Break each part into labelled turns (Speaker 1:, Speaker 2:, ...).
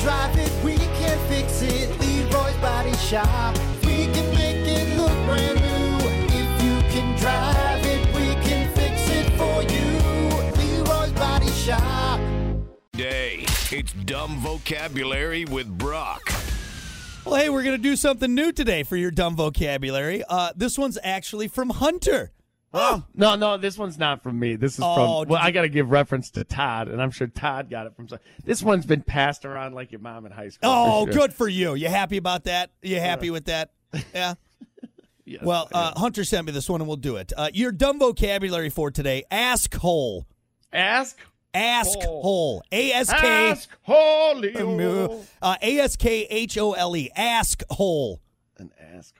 Speaker 1: drive it, we can fix it. Leroy's Body Shop. We can make it look brand new. If you can drive it, we can fix it for you. Leroy's Body Shop.
Speaker 2: Day. It's dumb vocabulary with Brock.
Speaker 3: Well, hey, we're going to do something new today for your dumb vocabulary. Uh, this one's actually from Hunter.
Speaker 4: No, no, this one's not from me. This is
Speaker 3: Oh,
Speaker 4: from.
Speaker 3: did
Speaker 4: Well, I
Speaker 3: you-
Speaker 4: got to give reference to Todd, and I'm sure Todd got it from. some- This one's been passed around like your mom in high school.
Speaker 3: Oh,
Speaker 4: for sure.
Speaker 3: good for you. You happy about that? You happy with that? Yeah.
Speaker 4: Yes,
Speaker 3: Well,
Speaker 4: I am.
Speaker 3: uh, Hunter sent me this one, and we'll do it. Uh, your dumb vocabulary for today: asshole,
Speaker 4: ask,
Speaker 3: asshole, a s k,
Speaker 4: ask, holy,
Speaker 3: uh, a s k h o l e, asshole.
Speaker 4: an asshole.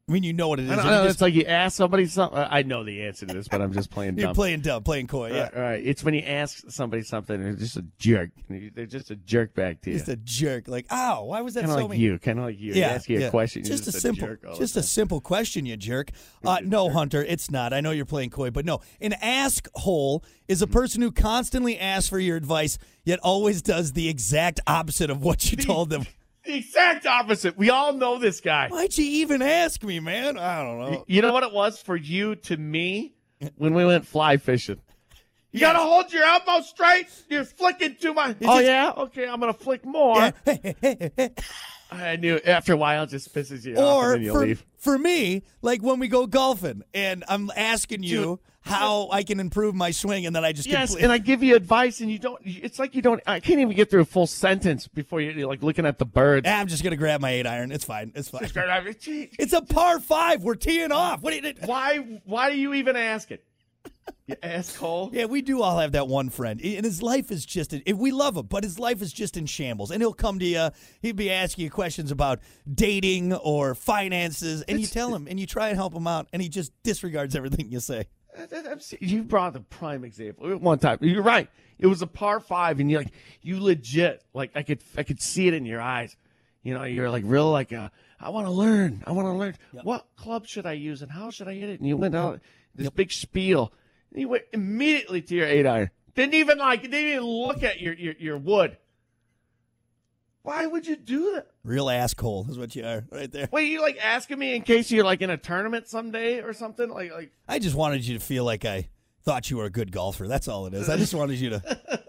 Speaker 3: I mean, you know what it is.
Speaker 4: I
Speaker 3: You're
Speaker 4: don't know.
Speaker 3: just-
Speaker 4: It's like you ask somebody something. I know the answer to this, but I'm just playing
Speaker 3: you're
Speaker 4: dumb. Uh,
Speaker 3: playing dumb, playing coy. Yeah,
Speaker 4: All right, all right. It's when you ask somebody something, and they're just a jerk. They're just a jerk back to you.
Speaker 3: just a jerk. Like, ow, why was that
Speaker 4: Kind
Speaker 3: so
Speaker 4: of like
Speaker 3: mean?
Speaker 4: you, kind of like you. They ask you a question. you're
Speaker 3: Just, a simple,
Speaker 4: jerk all the
Speaker 3: just a
Speaker 4: time.
Speaker 3: simple question, you jerk. Uh, no, Hunter, it's not. I know you're playing coy, but no, an asshole is a
Speaker 4: Mm-hmm.
Speaker 3: person who constantly asks for your advice, yet always does the exact opposite of what you told them.
Speaker 4: the exact opposite. We all know this guy.
Speaker 3: Why'd you even ask me, man? I don't know.
Speaker 4: You know what it was for you to me when we went fly fishing?
Speaker 3: Yes.
Speaker 4: You gotta hold your elbow straight. You're flicking too much. Oh
Speaker 3: just-
Speaker 4: yeah, okay. I'm gonna flick more. I knew. After a while, it just pisses you off, and
Speaker 3: or
Speaker 4: then you
Speaker 3: for,
Speaker 4: leave.
Speaker 3: for me, like when we go golfing, and I'm asking you how I can improve my swing, and then I just
Speaker 4: Yes,
Speaker 3: completely-
Speaker 4: and I give you advice, and you don't. It's like you don't. I can't even get through a full sentence before you- you're like looking at the birds.
Speaker 3: Ah, I'm just gonna grab my eight iron. It's fine. It's fine.
Speaker 4: Gee,
Speaker 3: It's a par five. We're teeing off. What? do you-
Speaker 4: Why? Why do you even ask it? You asshole.
Speaker 3: Yeah, we do all have that one friend, and his life is just. If we love him, but his life is just in shambles, and he'll come to you. He'll be asking you questions about dating or finances, and you tell him, and you try and help him out, and he just disregards everything you say.
Speaker 4: That- I'm se- You brought the prime example at one time. You're right. It was a par five, and you like you legit like I could I could see it in your eyes. You know, you're like real like uh, I want to learn. I want to learn. What club should I use and how should I hit it? And you went out this big spiel. And you went immediately to your eight iron. Didn't even like didn't even look at your your, your wood. Why would you do that?
Speaker 3: Real asshole is what you are right there.
Speaker 4: Wait, you like asking me in case you're like in a tournament someday or something? Like like
Speaker 3: I just wanted you to feel like I thought you were a good golfer. That's all it is. I just wanted you to.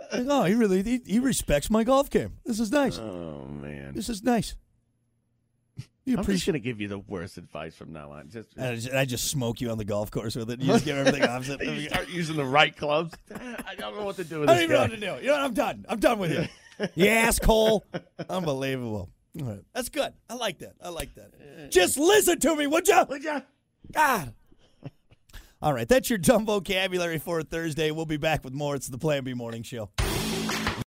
Speaker 3: like, oh, he really he, he respects my golf game. This is nice.
Speaker 4: oh man.
Speaker 3: This is nice. You
Speaker 4: I'm just
Speaker 3: appreciate.
Speaker 4: gonna give you the worst advice from now on. Just,
Speaker 3: And I just, I just smoke you on the golf course with it. You just give everything opposite.
Speaker 4: you
Speaker 3: I
Speaker 4: start using the right clubs. I don't know what to do with
Speaker 3: don't
Speaker 4: this
Speaker 3: even know
Speaker 4: guy.
Speaker 3: what to do. You know what? I'm done. I'm done with you. You asshole. Unbelievable. All right. That's good. I like that. I like that. Just listen to me, would you?
Speaker 4: Would ya?
Speaker 3: God. All right. That's your dumb vocabulary for a Thursday. We'll be back with more. It's the Plan B Morning Show.